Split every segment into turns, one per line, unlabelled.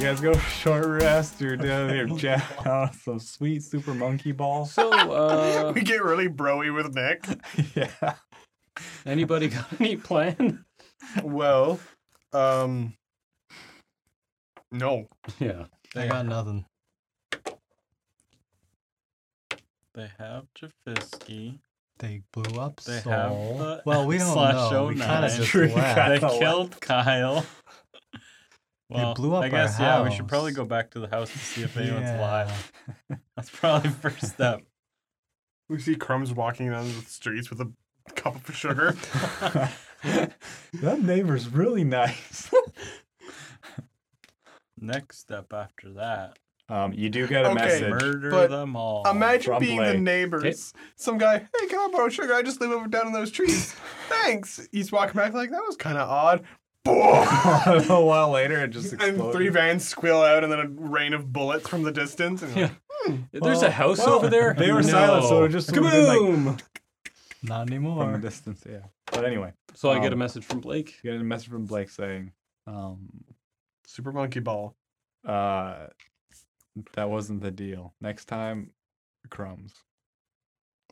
guys go short rest. You're down here jack on some sweet super monkey ball.
So, uh,
We get really broy with Nick.
yeah.
anybody got any plan?
Well, um, no.
yeah.
I got nothing.
They have Jafisky.
They blew up
They have
Soul.
the
well, we don't
slash
know. We kind of
09.
just
True, you
left.
got-
They
Kyle.
killed Kyle.
They blew up
I
our
guess yeah. We should probably
house.
go back to the house to see if anyone's
Yeah.
alive. That's probably the first step.
We see Crumbs walking down the streets with a cup of sugar.
that neighbor's really nice.
Next step after that,
Um, you do get a
Okay,
message.
murder
but
them all.
Imagine
Trump
being the
leg.
neighbors. Some guy, Oh, hey, can I borrow sugar? I just live over down in those trees. Thanks. He's walking back like that was kind of odd. Boom!
a while later, it just
and
explodes.
three vans squeal out, and then a rain of bullets from the distance. And you're like,
There's a house
well,
over there.
they were silent, so it just would've been like-
Kaboom!
Not
from a
anymore.
distance. Yeah. But anyway,
so I get a
Um,
message from Blake.
you get a message from Blake saying, um,
Super monkey ball.
uh, that wasn't the deal. Next time, crumbs.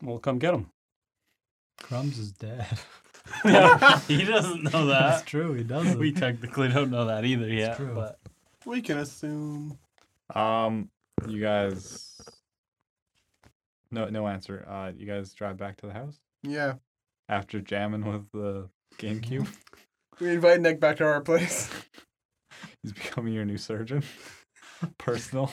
We'll come get him.
Crumbs is dead.
he doesn't know
That's
that.
true. He doesn't.
We technically don't know that either yet.
true.
But
We can assume.
Um, you guys. No, no answer. Uh, you guys drive back to the house
Yeah.
after jamming with the GameCube.
Mm-hmm.
We invite Nick back to our place.
He's becoming your new surgeon. Personal.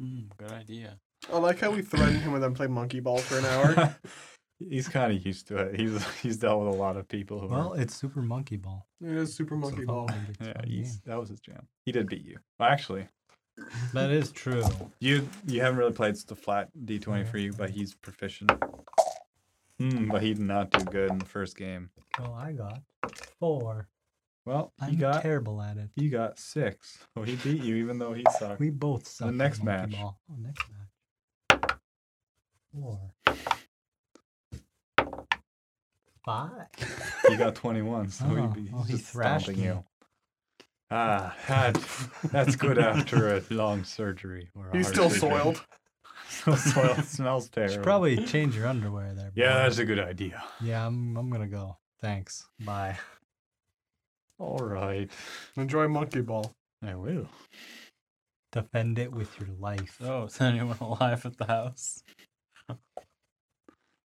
Mm, good idea.
I like how we threaten him and then play monkey ball for an hour.
he's kind of used to it. He's he's dealt with a lot of people who.
well,
are,
it's Super Monkey Ball.
it is super
It's a
monkey
fun
ball.
game. It's a
yeah,
fun
he's, that was his jam. He did beat you. Well, actually,
game. That is true.
you you haven't really played the flat D twenty for you, but he's proficient. Mm, but he did not do good in the first game.
Well, I got four.
Well, he
I'm
got
terrible at it.
he got six. So he beat you, even though he sucked.
We both suck. at
next
monkey
match.
Ball. Oh, next match. Four. Five.
He got 21, so
Oh,
he'd be
oh, he
just
thrashed
stomping
me.
you. Ah, that, that's good after a long surgery. Or a
He's
hard
still
surgery.
soiled.
Still soiled. Smells terrible.
Should probably change your underwear there.
Yeah,
bro.
that's a good idea.
Yeah, I'm, I'm gonna go. Thanks. Bye.
All right.
Enjoy monkey ball.
I will.
Defend it with your life.
So Oh, is anyone alive at the house?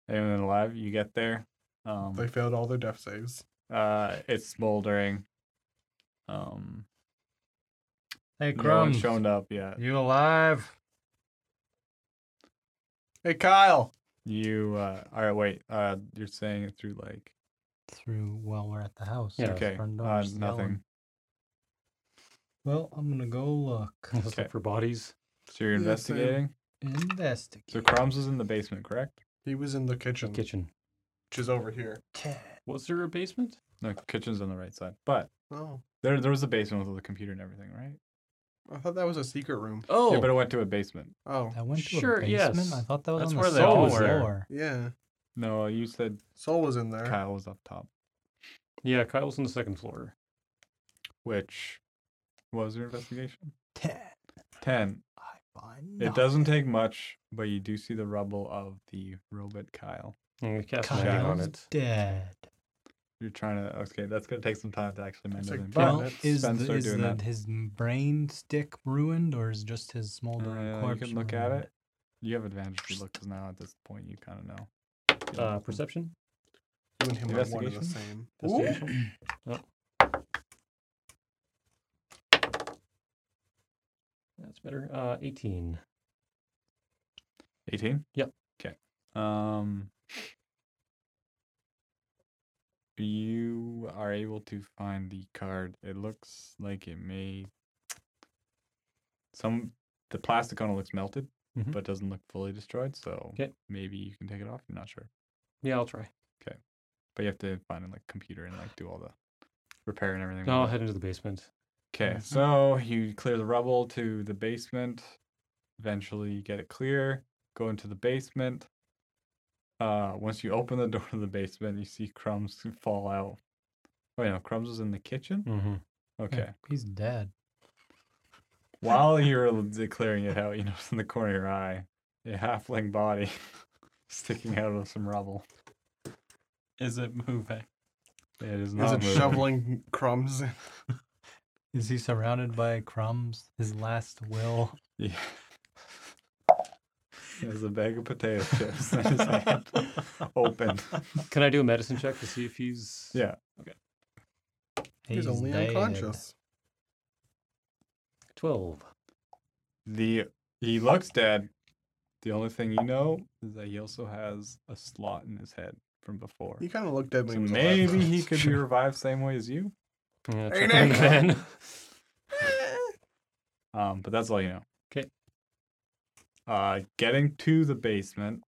Anyone alive? You get there. Um,
They failed all their death saves.
uh, it's smoldering. Um, no
Hey,
one's
Crumbs.
shown up yet.
you alive?
Hey, Kyle.
You, uh, all right, wait. Uh, you're saying it through like,
Through while we're at the house.
Yeah.
Our
okay,
front
uh,
door's
nothing.
yelling. Well, I'm gonna go look.
Let's
Okay.
look for bodies.
So you're
Yeah, same.
investigating?
Investigate.
So Crumbs was in the basement, correct?
He was in the kitchen,
Kitchen.
which is over here.
Was there a basement?
No, kitchen's on the right side. But
Oh,
there, there was a basement with the computer and everything, right?
I thought that was a secret room.
Oh,
Yeah, but it went to a basement.
Oh,
I went to
Sure,
a basement. I
yes.
thought that was
That's
on
where
the
they
soul
all were.
floor.
yeah.
No, you said
Soul was in there.
Kyle was up top,
yeah. Kyle's on the second floor.
which was your investigation.
Ten.
Ten.
I find
It doesn't take much, but you do see the rubble of the robot Kyle.
I'm gonna cast
nothing.
magic on
Kyle's
it.
dead.
You're trying to okay. That's gonna take some time to actually mend
That's a
everything.
Well,
Well,
But
cat.
is, the,
Spencer
is
doing
the,
that.
his m- brain stick ruined, or is just his smoldering
uh, you
corpse?
can look at
ruined?
it. You have advantage if you look because now at this point you kind of know. You
Uh,
know.
perception.
You and him are one and the
Investigation?
same.
Investigation?
That's better. Uh, 18.
18?
Yep.
Okay. Um you are able to find the card. It looks like it may some the plastic on it looks melted,
Mhm.
but doesn't look fully destroyed, so
'Kay.
maybe you can take it off. I'm not sure.
Yeah, I'll try.
But you have to find it like computer and like do all the repair and everything.
No, I'll head into the basement.
Okay, so you clear the rubble to the basement. Eventually, you get it clear. Go into the basement. Uh, once you open the door to the basement, you see crumbs fall out. Oh, yeah, crumbs is in the kitchen.
Mm-hmm.
Yeah,
Okay,
He's dead.
While you're declaring it out, you notice in the corner of your eye a halfling body sticking out of some rubble.
Is it moving?
It is
Is
not
it
moving.
shoveling crumbs?
Is he surrounded by crumbs? His last will.
Yeah. It has a bag of potato chips in his hand, open.
Can I do a medicine check to see if he's?
Yeah.
He's, only
dead.
unconscious.
Twelve.
The he looks dead. The only thing you know is that he also has a slot in his head from before.
He kind of looked dead when
So
he was alive,
maybe
though.
he could be revived same way as you.
I'm gonna
Hey,
check on
Nick.
Ben.
Um, but that's all you know.
'Kay.
Uh, getting to the basement,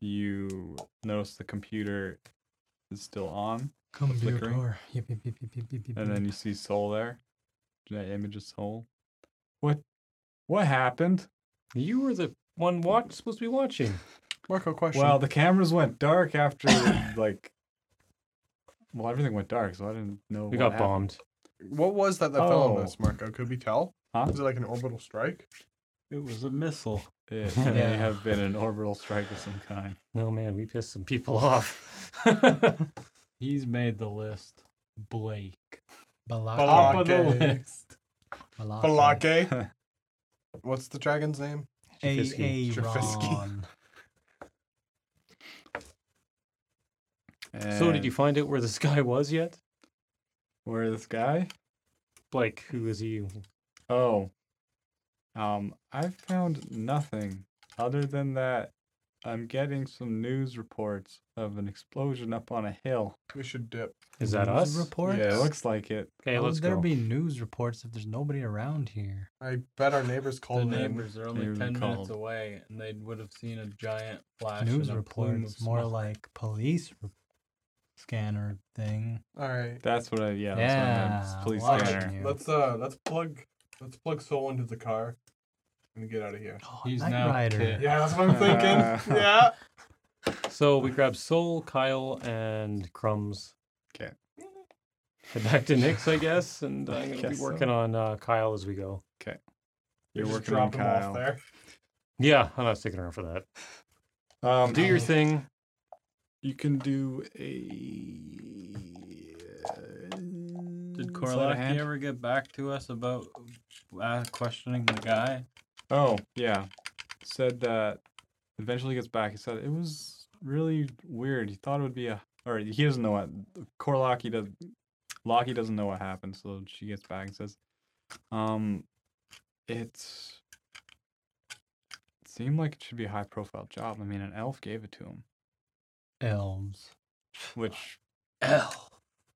you notice the computer is still on, flickering.
Computer. Yip, yip, yip, yip, yip, yip, yip,
and then
yip.
you see Soul there. That image of Soul. What? What happened?
You were the one watch supposed to be watching.
Marco question.
Well, the cameras went dark after like. Well, everything went dark, so I didn't know.
We
what
got
happened.
bombed.
what was that that fell on
Oh.
us, Marco? Could we tell?
Huh?
Was it like an orbital strike?
It was a missile.
It may
Yeah.
have been an orbital strike of some kind.
No man, we pissed some people off.
He's made the list. Blake.
Balak-
Balaka.
Top of the
Blake.
list.
Balaka.
Balake. What's the dragon's name?
A-
Trafisky.
Aaron.
so did you
And
find out where this guy was yet?
Where this guy?
Blake, who is he?
Oh. Um, I've found nothing other than that. I'm getting some news reports of an explosion up on a hill.
We should dip.
Is that us?
News Reports?
Yeah, it looks like it.
Okay,
How
let's
would there
go.
be news reports if there's nobody around here?
I bet our neighbors
The
called in.
neighbors are only
Neighbors
ten
called.
minutes away, and they would have seen a giant flash.
news
and a plume
reports,
of
more
smoke.
like police re- scanner thing.
All right.
That's what I. Yeah, that's
Yeah,
what I meant. Police
watch
scanner.
you.
Let's uh let's plug let's plug Soul into the car and get out of here.
Oh,
He's
Knight
now
Rider.
Kit.
Yeah, that's
Uh,
what I'm thinking. yeah.
So we grab Soul, Kyle, and Crumbs.
'Kay.
Head back to Nick's, I guess, and I'm gonna be
Guess so.
working on uh, Kyle as we go.
You're
Just
working on
drop him off
Kyle.
there.
Yeah, I'm not sticking around for that.
Um,
Do your thing.
You can do uh, a.
Did
sleight of
Korlock
hand?
ever get back to us about uh, questioning the guy?
Oh yeah, said that. Eventually gets back. He said it was really weird. He thought it would be a. Or he doesn't know what. Korlock he does. Lockie doesn't know what happened, so she gets back and says, "Um, it's." It seemed like it should be a high profile job. I mean, an elf gave it to him,
Elves.
which
L.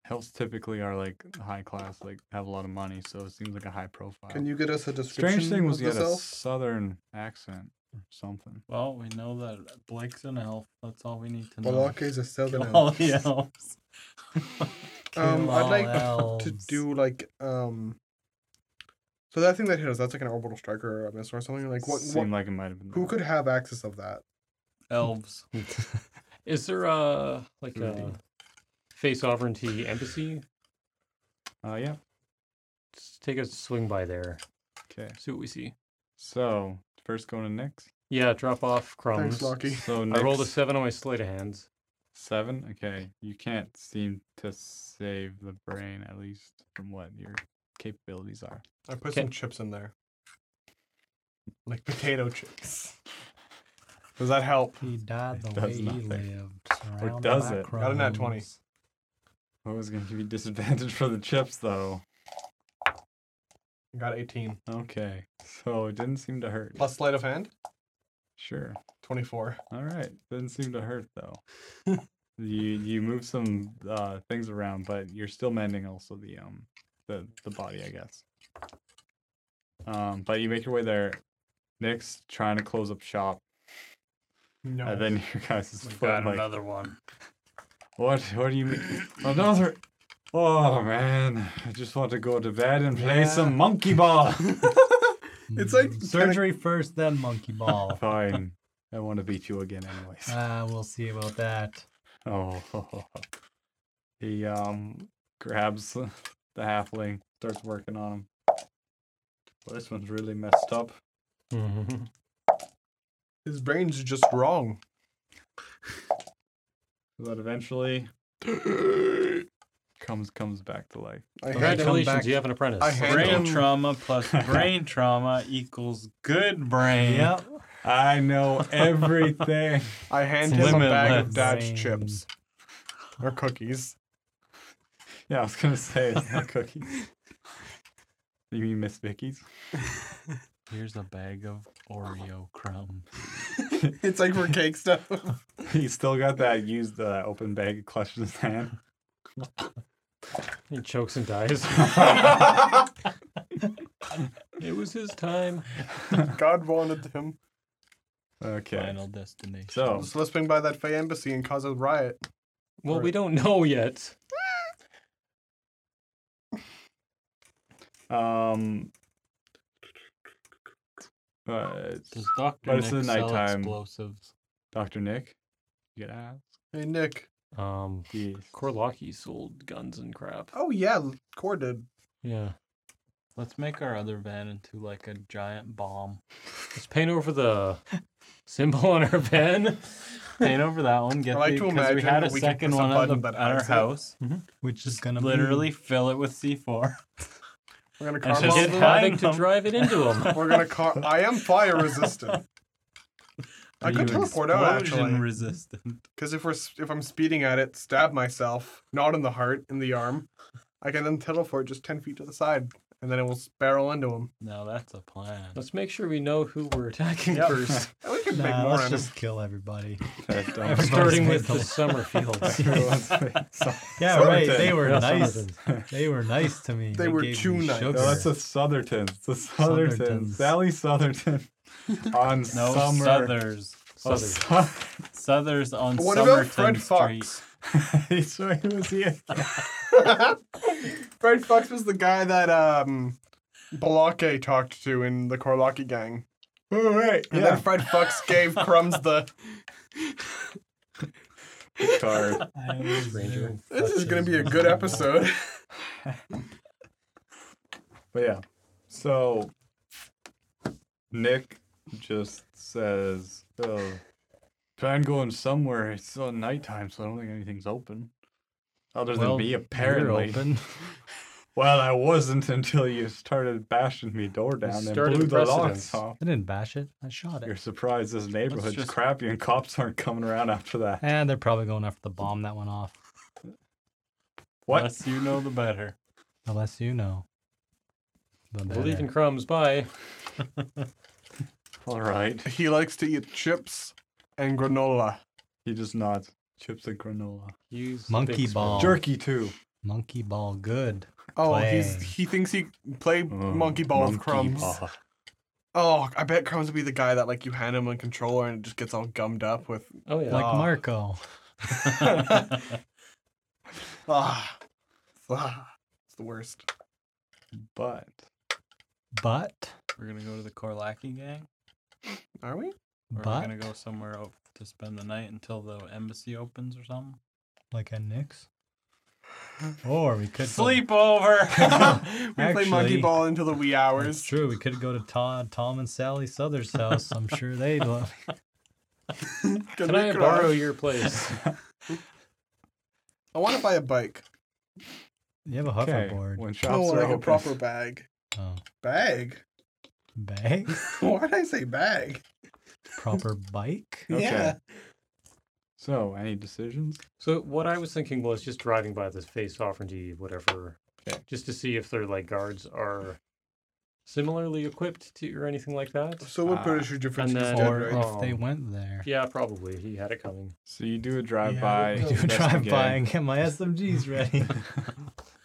Elves typically are like high class, like have a lot of money, so it seems like a high profile.
Can you get us a description
Strange thing was
of
he had
this
a
elf?
southern accent or something.
Well, we know that Blake's an elf. That's all we need to know.
Balake is a southern
Oh,
All
elf.
the elves.
Um,
Kill
I'd
all
like to
elves.
do like um. So that thing that hit us, that's like an orbital striker or a missile or something. Like what? what
Seemed like it might have been.
who
that.
could have access of that?
elves.
Is there a like
Through
a
the-
face sovereignty embassy?
Uh, yeah.
Let's take a swing by there.
Okay.
See what we see.
So first going to Nick's.
Yeah, drop off crumbs.
Thanks, Lockie.
So
I
Nick's
rolled a seven on my sleight of hands.
seven. Okay, you can't seem to save the brain at least from what your capabilities are.
I put
Okay.
some chips in there, like potato chips. Does that help?
He died
It
the
does
way he
nothing.
lived. surrounded
does
by
it?
Got a nat 20.
crumbs.
I was gonna give you disadvantage for the chips though.
I got eighteen
Okay, so it didn't seem to hurt.
plus sleight of hand,
Sure.
twenty-four.
All right. Doesn't seem to hurt though. you you move some uh, things around, but you're still mending also the um the the body, I guess. Um, but you make your way there. Nick's trying to close up shop,
No.
and then your guys is
We
foot
got
like,
another one.
what? What do you mean another? Oh man, I just want to go to bed and play some monkey ball.
It's like
Mm,
kinda-
surgery first, then monkey ball.
Fine, I want to beat you again,
Uh,
anyways.
Ah, we'll see about that.
Oh, he um grabs the halfling, starts working on him. Well, this one's really messed up.
Mhm.
His brain's just wrong.
But eventually, comes comes back to life.
I had him.
Congratulations,
back-
you have an apprentice.
I had-
Brain
Random.
trauma plus brain trauma equals good brain.
Yep.
I know everything.
I hand him a
Limitless.
bag of Dodge
Brain.
chips or cookies.
yeah, I was gonna say it's not cookies. You mean Miss Vicky's?
Here's a bag of Oreo crumbs.
It's like for cake stuff.
He still got that used uh, open bag clutched in his hand.
He chokes and dies. it was his time.
God wanted him.
Okay.
Final destination.
So
So let's swing by that Fey embassy and cause a riot.
Well,
Right.
we don't know yet.
Um, uh,
Does Dr.
But
Nick
it's the
sell
nighttime.
explosives?
Dr. Nick, you get out.
Hey, Nick.
Um,
Yes.
Korlaki sold guns and crap.
Oh, yeah, Core did.
Yeah.
Let's make our other van into like a giant bomb.
Let's paint over the symbol on our pen.
Paint over that one. Get
I like
the,
to
'cause
imagine
we had a
that we could
second
press a
one on, the,
button that
on our
hides it.
house.
Which is gonna be-
Literally fill it with C4.
We're gonna
And
car
just
Get
Well,
Havoc
then-
to drive it into him.
We're gonna car. I am fire resistant. I
Are
could
you
teleport out
explosion
actually,
resistant.
because if we're s- if I'm speeding at it, stab myself, not in the heart, in the arm. I can then teleport just ten feet to the side, and then it will barrel into him.
Now that's a plan.
Let's make sure we know who we're attacking
Yep.
first.
And we can make
Nah,
more
Uh, let's
on
just kill everybody.
That dumb
Everybody's
Starting
made
with the
the-
Summerfields.
It was me. So-
Yeah,
Sorry,
right.
Ted.
They were
Yeah,
nice.
Summerfields.
They were nice to me.
They were
gave
too
me
nice.
sugar.
No, that's the Southertons. It's the Southertons.
Southertons.
Sally Southerton on
No
summer.
Southers.
Oh,
Southern.
Southers on
What
Somerton
about Fred
Street.
Fox?
Sou- he sure he was here.
Fred Fox was the guy that um, Balake talked to in the Korlaki gang.
All right.
And
Yeah.
then Fred Fox gave Crumbs the.
Card.
Ranger.
This is gonna be a good episode.
But yeah. So Nick just says, oh, plan going somewhere. It's still nighttime, so I don't think anything's open. Other than
Well,
me,
you're
apparently.
open.
Well, I wasn't until you started bashing me door down and
started
blew the locks
precedence.
off.
I didn't bash it. I shot
You're
it.
surprised this neighborhood's
just-
crappy and cops aren't coming around after that.
And they're probably going after the bomb that went off.
What?
Less you know, the better.
Unless you know. The
Believe
better.
in crumbs. Bye.
All right.
He likes to eat chips and granola.
He just nods. Chips and granola.
Use
Monkey
Big Spoon.
ball. Jerk.
Jerky too.
Monkey ball good.
Oh,
Play.
he's he thinks he play
Mm,
monkey ball with crumbs. Oh, I bet crumbs would be the guy that like you hand him a controller and it just gets all gummed up with.
Oh yeah.
Like
Oh.
Marco.
Ah, ah, it's the worst.
But
But
We're gonna go to the Korlaki gang.
Are we?
Or we're
but
gonna go somewhere o- to spend the night until the embassy opens or something.
like a Nix. Or we could go-
Sleepover.
We play monkey
Actually-
ball into the wee
It's
hours.
true. We could go to Todd, Tom, and Sally Souther's house. I'm sure they'd love.
Can I borrow your place?
I want to buy a bike.
You have a
okay.
hoverboard.
When
I
shops are
want like
open,
a proper bag.
Oh,
Bag?
bag.
Why did I say bag?
Proper bike.
Okay.
Yeah.
So, any decisions?
So what I was thinking was just driving by this face sovereignty, whatever, just to see if their like guards are similarly equipped to or anything like that.
So what
Ah.
British are different?
And
is
then-
dead,
Or
right?
if they
Um,
went there.
Yeah, probably he had it coming.
So you do a drive by.
I do drive by and get my SMGs ready.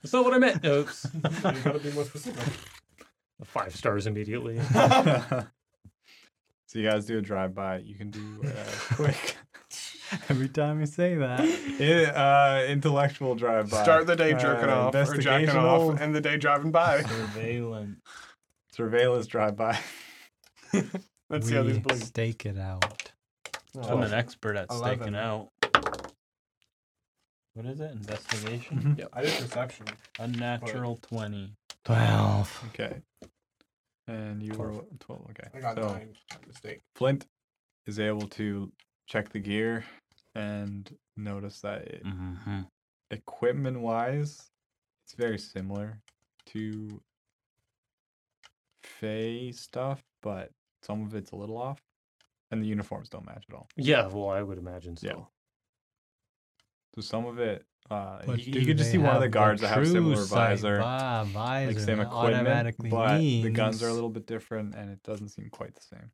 That's not what I meant. Oops. you gotta be more specific. Five stars immediately.
so you guys do a drive by. You can do uh, quick,
Every time you say that,
it, uh, intellectual drive by.
Start the day jerking off or jacking off,
Uh, investigational
and the day driving by.
Surveillance.
surveillance drive by.
Let's
we
see how these blink.
stake it out.
I'm an expert at
Eleven.
staking out. What is it? Investigation?
Mm-hmm.
Mhm.
Yep.
I did perception.
Unnatural 20.
Twelve.
Okay. and you were
Twelve.
what- twelve. Okay,
I got
so
nine. My mistake.
Flint is able to check the gear and notice that it,
Mm-hmm.
equipment wise, it's very similar to Fey stuff, but some of it's a little off, and the uniforms don't match at all.
Yeah, well, I would imagine so.
Yeah. So some of it, uh,
But
you,
do
you could just see
they
one of
have
the guards that have similar
true sight
visor,
vi- visor
like same
that
equipment,
automatically
but the guns are a
means-
little bit different, and it doesn't seem quite the same.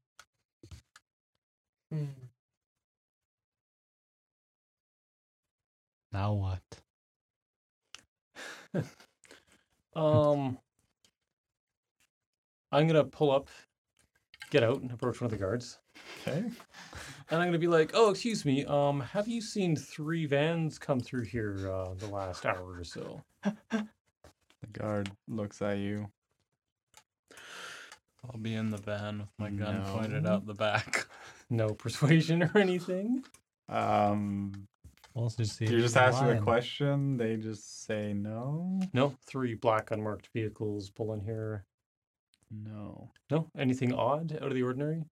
Now what?
Um, I'm gonna pull up, get out, and approach one of the guards,
Okay.
and I'm gonna be like, "Oh, excuse me. Um, have you seen three vans come through here uh, the last hour or so?"
The guard looks at you.
I'll be in the van with my gun pointed
No.
out the back.
No persuasion or anything.
Um,
Also see if
you're
he's
just asking the
lying.
question. They just say no.
No, three black unmarked vehicles pulling here.
No.
No, anything odd out of the ordinary?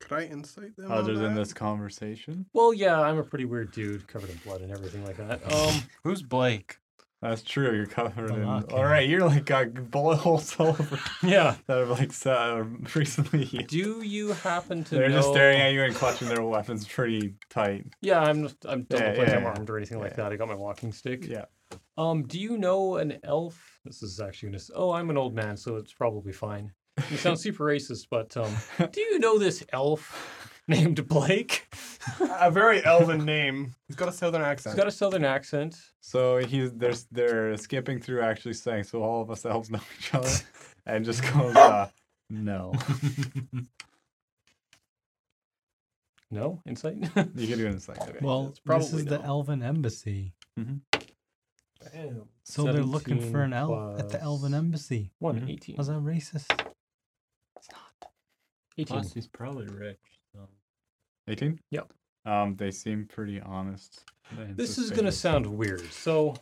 Could I insight them?
Other
on
than
that?
this conversation,
Well, yeah, I'm a pretty weird dude, covered in blood and everything like that. Um,
Who's Blake?
that's true. You're covered
Well,
in.
not
All right, you're like got bullet holes all over
yeah.
that have like so, recently. healed.
Do you happen to
They're
know?
just staring at you and clutching their weapons pretty tight.
Yeah, I'm. Just, I'm don't
Yeah,
look like
yeah,
I'm
yeah.
armed or anything like
Yeah.
that. I got my walking stick.
Yeah.
Um, do you know an elf? This is actually gonna. s- Oh, I'm an old man, so it's probably fine. You sound super racist, but um, do you know this elf named Blake?
a very elven name. He's got a southern
He's
accent.
got a southern accent.
So he's they're they're skipping through actually saying so all of us elves know each other and just goes uh, no.
No insight.
You can do it in a second.
Well,
It's
this
probably
is the
no.
Elven Embassy.
Mm-hmm.
Damn.
So they're looking for
17
an elf at the Elven
plus
Embassy.
One
Mhm.
eighteen.
Was that racist?
Eighteen.
Plus, he's probably rich. So.
Eighteen.
Yep.
Um, they seem pretty honest. and
This is going to
suspicious.
sound weird. So,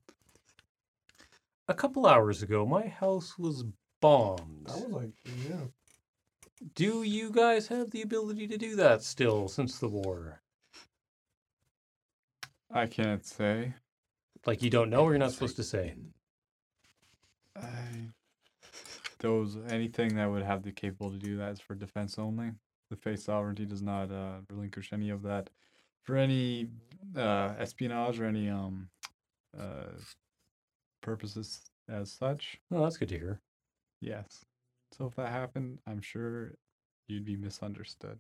a couple hours ago, my house was bombed.
I was like, yeah.
Do you guys have the ability to do that still since the war?
I can't say.
Like, you don't know or you're not supposed to say?
I... Those anything that would have the capable to do that is for defense only. The face sovereignty does not uh, relinquish any of that for any uh, espionage or any um uh, purposes as such.
Oh, that's good to hear.
Yes. So if that happened, I'm sure you'd be misunderstood.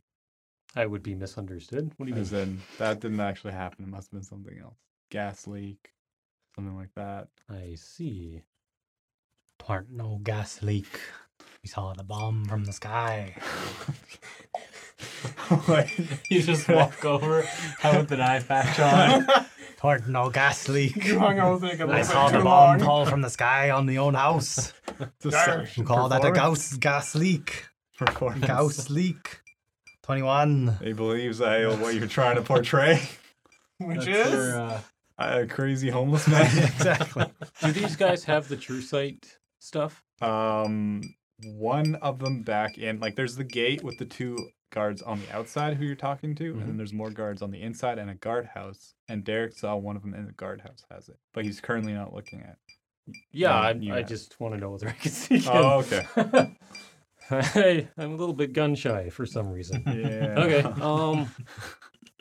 I would be misunderstood. What do you mean?
As in, that didn't actually happen. It must have been something else. Gas leak, something like that.
I see.
Twart no gas leak. We saw the bomb from the sky.
you just walk over, how with an eye patch on.
Twart no gas leak.
You hung out with Nick a little
I
bit
saw the
too
bomb
long.
fall from the sky on the own house. We
Deception
call that a
performance-
Gauss gas leak.
performance.
Gauss leak. 21.
He believes I what you're trying to portray.
Which
That's
is?
your, uh,
A crazy homeless man.
exactly.
Do these guys have the true sight stuff?
um, one of them back in. Like, there's the gate with the two guards on the outside who you're talking to, and then there's more guards on the inside and a guardhouse. And Derek saw one of them in the guardhouse has it, but he's currently not looking at.
Yeah,
No,
I,
you
I
guys.
just want to know whether I can see
it.
them.
Oh, okay.
hey, I'm a little bit gun shy for some reason.
Yeah.
Okay. Um.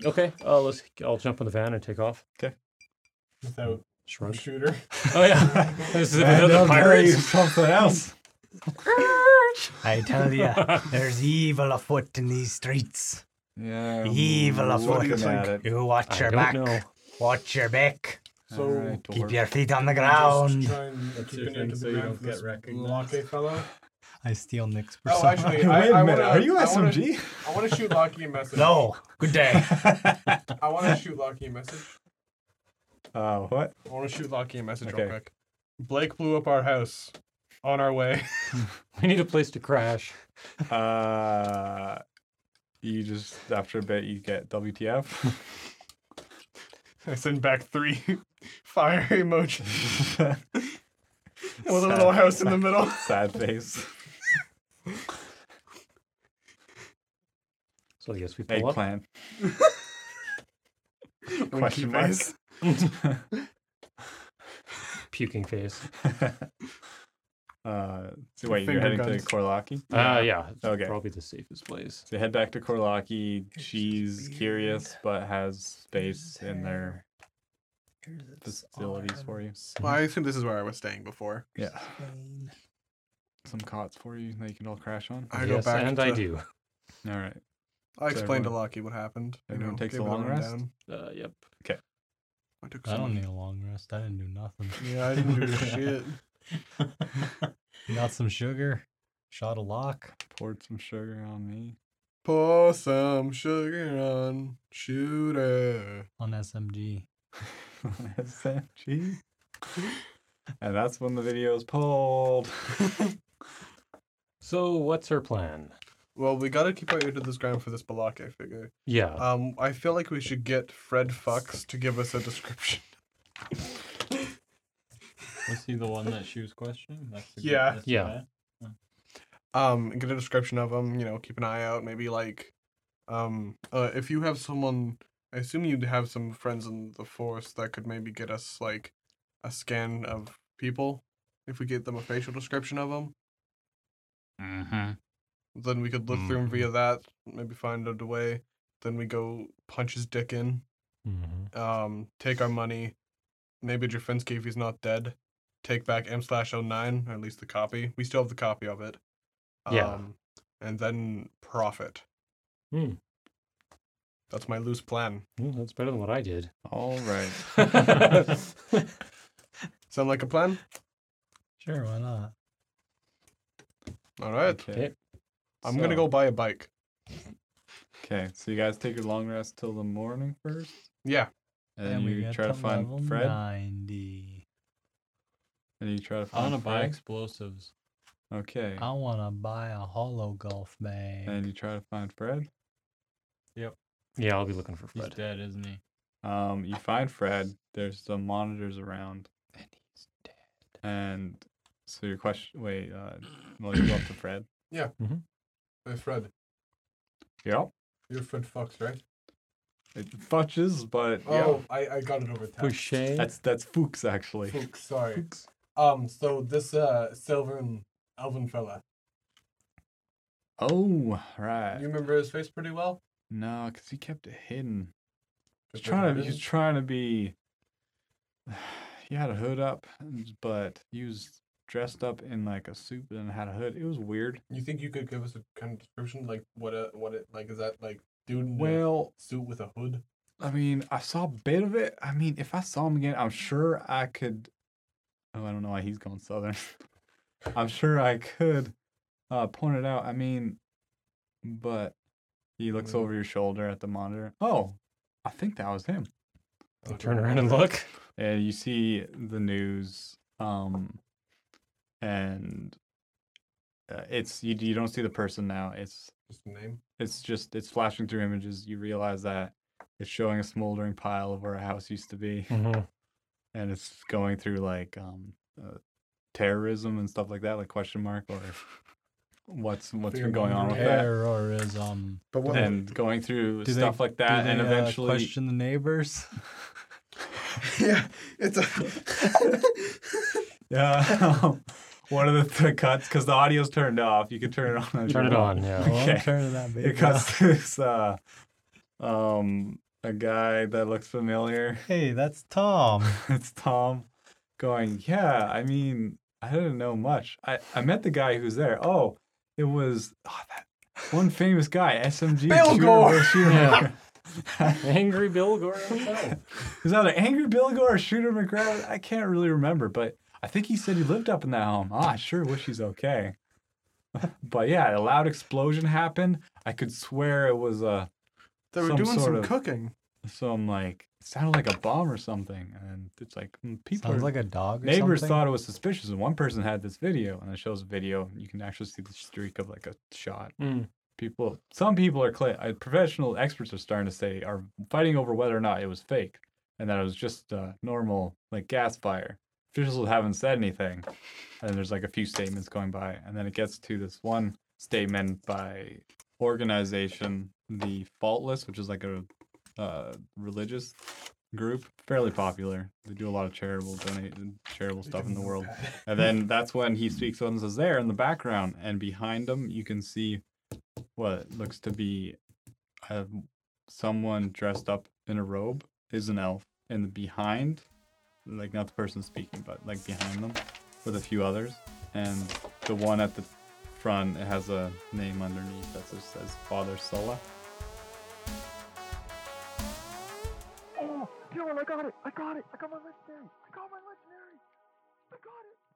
Okay. Uh, let's. I'll jump in the van and take off.
Without
Shrug.
shooter.
Oh yeah. this is
Man,
another
they'll marry you
pirate.
something else.
I tell ya, there's evil afoot in these streets.
Yeah.
Evil of
looking
fucking
at
think.
it.
You
I
watch your
don't
back.
know.
Watch your back.
So,
Alright,
Keep
dwarf.
your feet on the ground.
Just try and keep
your
it
thing
into
so
the
you
ground
don't
for
get
this
recognized.
Locke fellow.
I steal Nick's
Oh, actually,
Wait
I, I
a minute.
Wanna,
Are you
I wanna-
SMG?
I want to shoot Locke a message.
No. Good day.
I want to shoot Locke a message.
Uh, what?
I want to shoot Locke a message real
Okay.
quick. Blake blew up our house. On our way.
We need a place to crash.
Uh, you just after a bit you get WTF.
I send back three fire emojis
Sad-
with a little house in the middle.
sad face.
So I guess we pull up.
Eggplant.
Winky
Question mark.
face.
Puking face.
uh, so wait, you're
Finger
heading
guns.
to Korlaki?
Yeah. Uh, yeah. it's
Okay.
Probably the safest place.
So you head back to Korlaki.
It's just
She's
weird.
curious, but has space in their
Here's its
facilities for you.
arms,
Well, I assume this is where I was staying before.
Yeah.
plane.
Some cots for you that you can all crash on.
I go
yes,
back
and
to,
I do.
All right. So
I
everyone-
explained to Lockie what happened.
everyone takes
gave
a
her the
long rest?
rundown.
Uh, yep.
I took
I
so
don't
much-
need a long rest. I didn't do nothing.
Yeah, I didn't do shit.
Got some sugar, shot a lock.
Poured some sugar on me.
Pour some sugar on shooter.
on SMG.
SMG. and that's when the video is pulled.
So what's her plan?
Well, we gotta keep our ear to this ground for this Balak, I figure.
Yeah.
Um, I feel like we should get Fred Fox to give us a description.
Was he the one that shoots question? That's the
Yeah.
that's
Yeah.
bad.
Um, get a description of him. You know, keep an eye out. Maybe like, um, uh, if you have someone, I assume you'd have some friends in the force that could maybe get us like a scan of people. If we get them a facial description of them,
Mm-hmm.
then we could look through him via that. Maybe find out a way. Then we go punch his dick in.
hmm
um, take our money, maybe Jafinski if he's not dead, take back M slash 09, or at least the copy. We still have the copy of it. Um,
Yeah.
and then profit.
Hmm.
That's my loose plan.
Well, that's better than what I did.
all right.
Sound like a plan?
Sure, why not?
All right.
Okay.
I'm going to go buy a bike.
Okay, so you guys take your long rest till the morning first,
Yeah.
and, then you try to find Fred,
Ninety.
and you try to
I
find
want to buy
Fred.
explosives.
Okay,
I want to buy a hollow golf bag.
and you try to find Fred.
Yeah, I'll be looking for
He's
Fred.
dead, isn't he?
Um, you find Fred. There's some monitors around,
And he's dead.
and so your question. Wait, uh, well, you go up to Fred.
Hey, Fred.
Yep.
You're Fred Fox, right? Oh,
It fudges, but yeah,
I, I got it over
Boucher.
that's that's Fuchs actually.
sorry. Um, so this uh silver and elven fella,
Oh, right.
remember his face pretty well?
No, because he kept it hidden. He's trying to he's trying to be he had a hood up but he was dressed up in like a suit and had a hood it was weird
You think you could give us a kind of description, like what a what it like? Is that like dude in a
well
suit with a hood?
i mean i saw a bit of it i mean if i saw him again i'm sure i could oh i don't know why he's going southern i'm sure i could uh point it out i mean but he looks
Mm.
over your shoulder at the monitor oh i think that was him
I'll turn around and look.
and you see the news um and uh, it's you, you don't see the person now it's
Just a name.
it's just it's flashing through images you realize that it's showing a smoldering pile of where a house used to be
Mhm.
and it's going through like um uh, terrorism and stuff like that like question mark or what's what's been going on with that
Terrorism.
um,
But what?
and going through
Do they-
stuff like
Do
that and
they, uh,
eventually
question the neighbors.
yeah, it's a.
Yeah. One of the, the cuts, because the audio's turned off. You can turn it on. if
Turn
you
it
want.
on. Yeah.
Well, Oh, I'm
Okay.
turning that
It
baby
cuts
off.
to this, uh, um, a guy that looks familiar.
Hey, that's Tom.
it's Tom going, Yeah, I mean, I didn't know much. I, I met the guy who's there. Oh, it was oh, that one famous guy, SMG.
Bill
shooter,
Gore.
Bill Shooter.
Yeah. Angry Bill Gore himself.
Is that an angry Bill Gore or Shooter McGrath? I can't really remember, but I think he said he lived up in that home. Ah, I sure wish he's okay. but yeah, a loud explosion happened. I could swear it was uh,
They were
Some
doing
sort
some
of-
cooking.
some like it sounded like a bomb or something, and it's like hmm, people.
Sounds
are-
like a dog. Or
Neighbors
something.
thought it was suspicious, and one person had this video, and it shows a video. and You can actually see the streak of like a shot.
Mm.
People, some people are cla uh, professional experts are starting to say are fighting over whether or not it was fake and that it was just uh, normal like gas fire. Officials haven't said anything, and there's like a few statements going by, and then it gets to this one statement by organization, the Faultless, which is like a uh, religious group, fairly popular. They do a lot of charitable donate charitable stuff in the world. And then that's when he speaks on is there in the background, and behind him you can see what looks to be uh, someone dressed up in a robe is an elf, and behind, like not the person speaking, but like behind them, with a few others, and the one at the front it has a name underneath that just says Father Sulla.
Oh, Dylan, I got it! I got it! I got my legendary! I got my legendary! I got it!